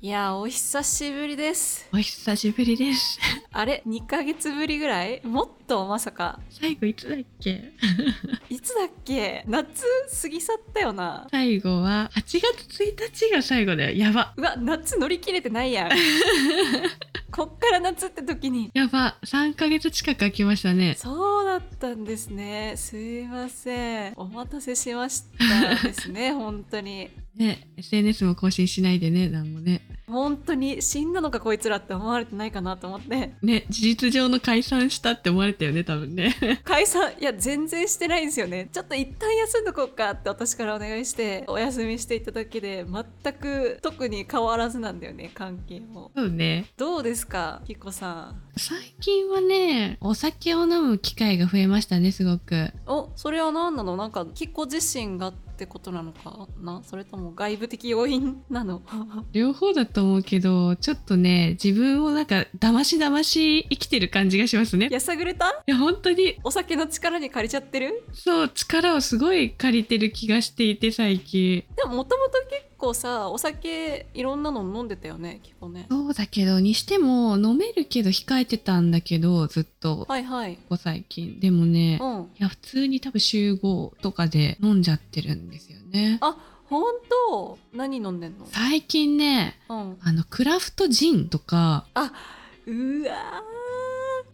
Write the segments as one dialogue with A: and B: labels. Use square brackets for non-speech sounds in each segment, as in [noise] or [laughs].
A: いやーお久しぶりです
B: お久しぶりです。
A: あれ2ヶ月ぶりぐらいもっとまさか
B: 最後いつだっけ
A: いつだっけ夏過ぎ去ったよな
B: 最後は8月1日が最後だよ。やば。
A: うわ夏乗り切れてないやんこっから夏って時に
B: やば。3ヶ月近く空きましたね。
A: そうだったんですねすいませんお待たせしましたですね本当に
B: ね、SNS も更新しないでね、なんもね。
A: 本当に死んだのかこいつらって思われてないかなと思って
B: ね、事実上の解散したって思われたよね、多分ね。
A: 解散いや全然してないんですよねちょっと一旦休んどこうかって私からお願いしてお休みしていただけで全く特に変わらずなんだよね関係も
B: そうね。
A: どうですかキコさん
B: 最近はね、お酒を飲む機会が増えましたね、すごく。
A: おそれは何なのなんかキコ自身がってことなのかなそれとも外部的要因なの
B: 両方だと思うけど、ちょっとね、自分をなんか、だましだまし生きてる感じがしますね。
A: [laughs]
B: い
A: やさぐれた
B: や、本当に
A: お酒の力に借りちゃってる
B: そう力をすごい借りてる気がしていて最近
A: でももともと結構さお酒いろんなの飲んでたよねキコね
B: そうだけどにしても飲めるけど控えてたんだけどずっとこ
A: はいはい
B: こ最近でもね
A: うん
B: いや普通に多分週5とかで飲んじゃってるんですよね
A: あ本当何飲んでんの
B: 最近ね
A: うん
B: あのクラフトジンとか
A: うわ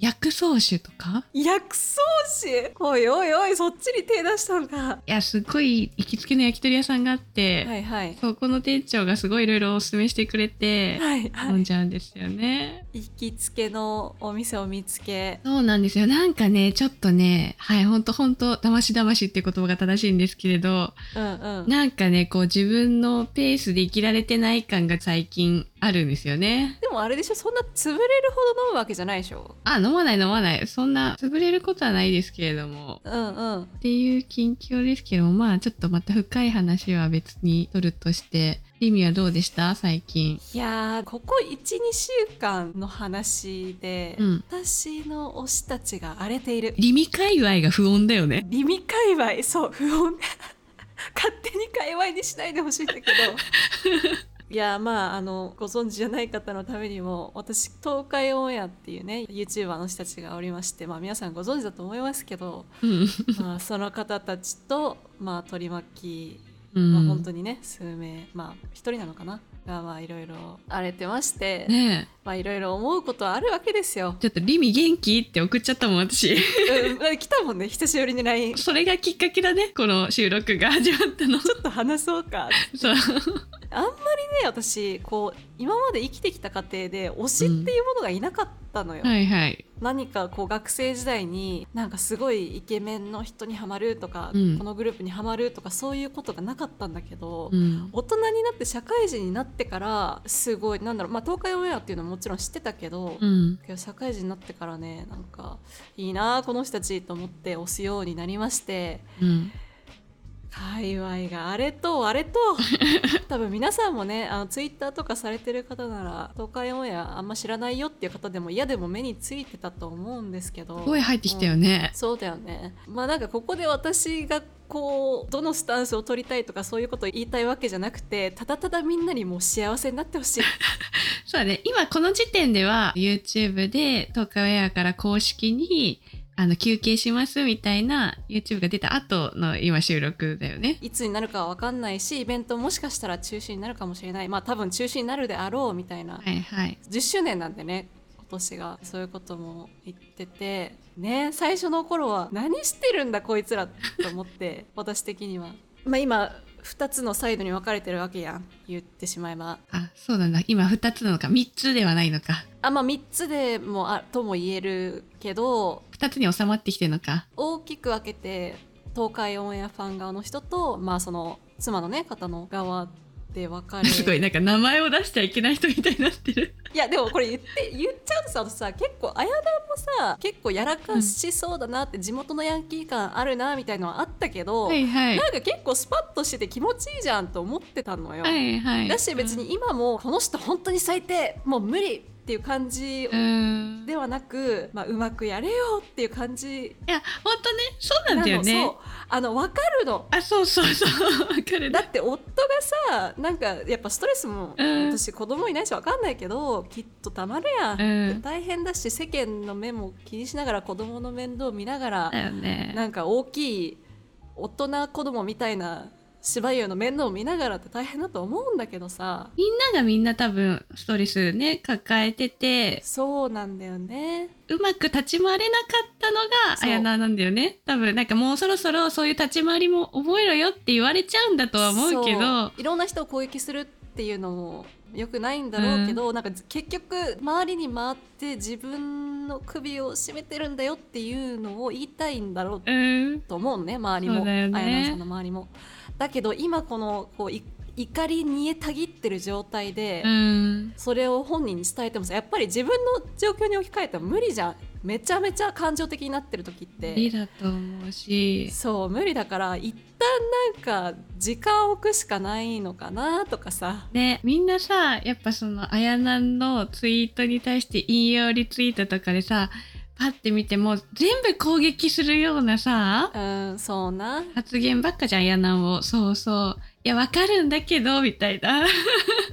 B: 薬草酒とか
A: ー薬草酒おいおいおいそっちに手出したのか
B: いやすごい行きつけの焼き鳥屋さんがあって、
A: はいはい
B: そこの店長がすごいいろいろおすすめしてくれて
A: はい
B: 飲
A: は
B: ん
A: い
B: じゃうんですよね
A: 行きつけのお店を見つけ
B: そうなんですよ。なんかね、ちょっとね、はい、ほんとほんと、だましだましっていう言葉が正しいんですけれど、
A: うんうん
B: なんかね、こう自分のペースで生きられてない感が最近あるんですよね。
A: でもあれでしょそんな潰れるほど飲むわけじゃないでしょ
B: あ、飲まない飲まない。そんな、潰れることはないですけれども。
A: うんうん
B: っていう近況ですけども、まあちょっとまた深い話は別に取るとして、リミはどうでした最近。
A: いやーここ12週間の話で、
B: うん。
A: 私の推したちが荒れている
B: リミ界隈が不穏だよね。
A: リミ界隈そう不穏勝手に界隈にしないでほしいんだ
B: [laughs]
A: けどいやまああのご存知じゃない方のためにも私東海オンエアっていうね YouTuber の人たちがおりましてまあ皆さんご存知だと思いますけ
B: [laughs]
A: ど、
B: うん。
A: まあ、その方たちとまあ取り巻き
B: うん。
A: まあ、本当にね数名まあ一人なのかながまあいろいろ荒れてまして、
B: ねえ。。
A: まあいろいろ思うことはあるわけですよ
B: ちょっとリミ元気って送っちゃったもん、私。 [laughs]
A: うんまあ来たもんね久しぶりに LINE ち
B: それがきっかけだねこの収録が始まったの [laughs]
A: ょっと話そうか
B: そう
A: あんまりね私こう今まで生きてきた過程で推しっていうものがいなかったのよ、
B: はいはい
A: 何かこう学生時代になんかすごいイケメンの人にはまるとか、
B: うん
A: このグループにはまるとかそういうことがなかったんだけど、
B: うん
A: 大人になって社会人になってからすごいなんだろう、まあ、東海オンエアっていうのはもちろん知ってたけど、
B: うん
A: けど社会人になってからねなんかいいなあこの人たちと思って推すようになりまして
B: うん
A: 界隈があれとあれと多分皆さんもねあのツイッターとかされてる方なら東海オンエアあんま知らないよっていう方でも嫌でも目についてたと思うんですけど
B: すごい入ってきたよね、
A: そうだよねまあなんかここで私がこうどのスタンスを取りたいとかそういうことを言いたいわけじゃなくてただただみんなにもう幸せになってほしい
B: そうだね今この時点では YouTube で東海オンエアから公式にあの休憩しますみたいな YouTube が出た後の今収録だよね
A: いつになるかは分かんないしイベントもしかしたら中止になるかもしれないまあ多分中止になるであろうみたいな
B: はいはい
A: 10周年なんでね今年がそういうことも言っててね最初の頃は何してるんだこいつらと思って [laughs] 私的にはまあ今2つのサイドに分かれてるわけやん言ってしまえば
B: あそうなんだ今2つなのか3つではないのか
A: あまあ3つでもあとも言えるけど
B: 2つに収まってきてるのか
A: 大きく分けて東海オンエアファン側の人とまあその妻のね方の側で分かれ
B: すごいなんか名前を出しちゃいけない人みたいになってる
A: いやでもこれ言って言っちゃうとさあとさ結構綾田もさ結構やらかしそうだなって、地元のヤンキー感あるなみたいのはあったけど、
B: はいはい
A: なんか結構スパッとしてて気持ちいいじゃんと思ってたのよ。
B: はいはい
A: だし別に今もこの人本当に最低もう無理っていう感じ
B: うん
A: ではなく、まあ、うまくやれよっていう感じ
B: いや本当ねそう
A: な
B: な
A: の
B: んだ
A: そ
B: よね
A: うあの分かるの
B: あそうそうそうわかる
A: [laughs] だって夫がさなんかやっぱストレスも、
B: うん
A: 私子供いないし分かんないけどきっとたまるやん、
B: うん
A: 大変だし世間の目も気にしながら子供の面倒見ながら、
B: だよね
A: なんか大きい大人子供みたいな芝居の面倒を見ながらって大変だと思うんだけどさ
B: みんながみんな多分ストレスね抱えてて
A: そうなんだよね
B: うまく立ち回れなかったのが
A: そう
B: 綾菜なんだよね多分なんかもうそろそろそういう立ち回りも覚えろよって言われちゃうんだとは思うけど
A: そ。いろんな人を攻撃するっていうのもよくないんだろうけど、なんか結局周りに回って自分の首を絞めてるんだよっていうのを言いたいんだろう
B: うん、
A: と思うのね周りも
B: そうだよね
A: 綾菜さんの周りも。だけど今このこうい怒りにえたぎってる状態で、
B: うん、
A: それを本人に伝えてもさやっぱり自分の状況に置き換えても無理じゃんめちゃめちゃ感情的になってる時っ
B: 無理
A: て
B: だと思うし
A: そう無理だから一旦なんか時間を置くしかないのかなとかさ
B: ね、みんなさやっぱそのあやなんのツイートに対して引用リツイートとかでさパッて見ても全部攻撃するようなさ
A: うんそうな
B: 発言ばっかじゃんあやなんをそうそういやわかるんだけどみたいな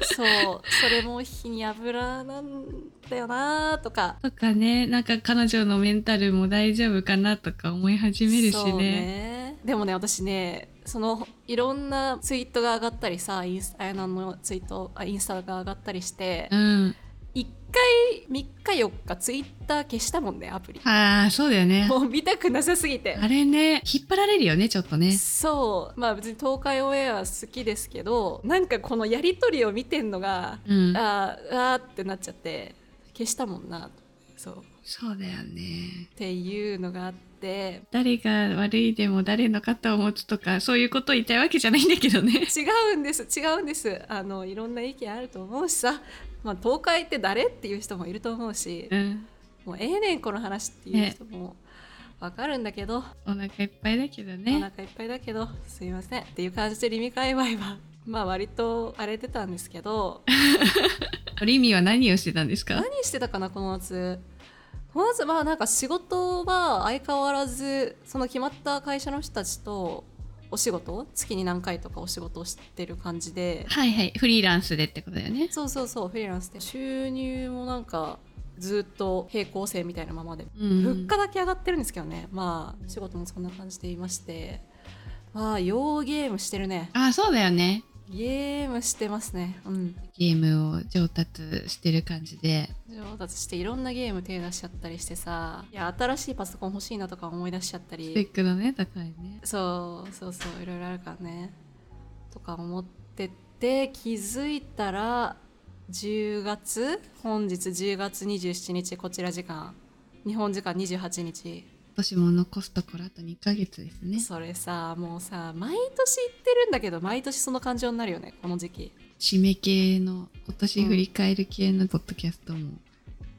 A: そうそれも火に油なんだよなとか
B: とかねなんか彼女のメンタルも大丈夫かなとか思い始めるし
A: そう
B: ね
A: ねでもね私ねそのいろんなツイートが上がったりさインスあやなのツイートあインスタが上がったりして、
B: うん
A: 一回3日4日ツイッター消したもんねアプリ
B: ああそうだよね
A: もう見たくなさすぎて
B: あれね引っ張られるよねちょっとね
A: そうまあ別に東海オンエアは好きですけどなんかこのやり取りを見てんのが、
B: うん
A: あーあーってなっちゃって消したもんなそうっ
B: そうだよね
A: ていうのがあって
B: 誰が悪いでも誰の肩を持つとかそういうことを言いたいわけじゃないんだけどね
A: 違うんです違うんですあのいろんな意見あると思うしさ、まあ、東海って誰っていう人もいると [laughs] 思うし
B: うん、
A: もうええねんこの話っていう人もわかるんだけど、
B: お腹いっぱいだけど
A: お
B: ね。
A: 腹いっぱいだけどすいませんっていう感じでリミ界隈はまあ割と荒れてたんですけど
B: リミは何をしてたんですか
A: [laughs] 何？してたかなこの夏この夏まあなんか仕事は相変わらずその決まった会社の人たちとお仕事月に何回とかお仕事をしてる感じで
B: はいはい、フリーランスでってことだよね。
A: そうそうそうフリーランスで収入もなんかずっと平行線みたいなままで
B: うん
A: 物価だけ上がってるんですけどねまあ仕事もそんな感じでいましてまあ洋ゲームしてるね
B: あ、そうだよね。
A: ゲームしてますね。うん。
B: ゲームを上達してる感じで。
A: 上達していろんなゲーム手出しちゃったりしてさ、いや、新しいパソコン欲しいなとか思い出しちゃった
B: スペ
A: り、
B: ックのね高いね。
A: そうそうそう、いろいろあるからね。とか思ってて、気づいたら、10月、本日10月27日、こちら時間、日本時間28日。
B: 今年も残すところあと2ヶ月ですね。
A: それさ、もうさ、毎年言ってるんだけど、毎年その感情になるよね、この時期。
B: 締め系の今年
A: うん
B: 振り返る系のポッドキャストも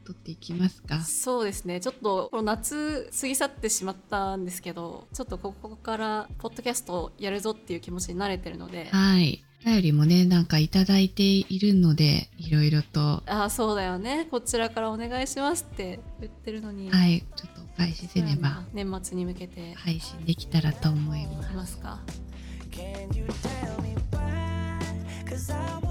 B: 撮っていきますか。
A: そうですねちょっとこの夏過ぎ去ってしまったんですけどちょっとここからポッドキャストをやるぞっていう気持ちに慣れてるので
B: はい。お便りもねなんかいただいているのでいろいろと。
A: ああそうだよねこちらからお願いしますって言ってるのに、
B: はい、ちょっとお返しせねば
A: 年末に向けて
B: 配信できたらと思います
A: い。ますか
C: Can you tell me why? Cause I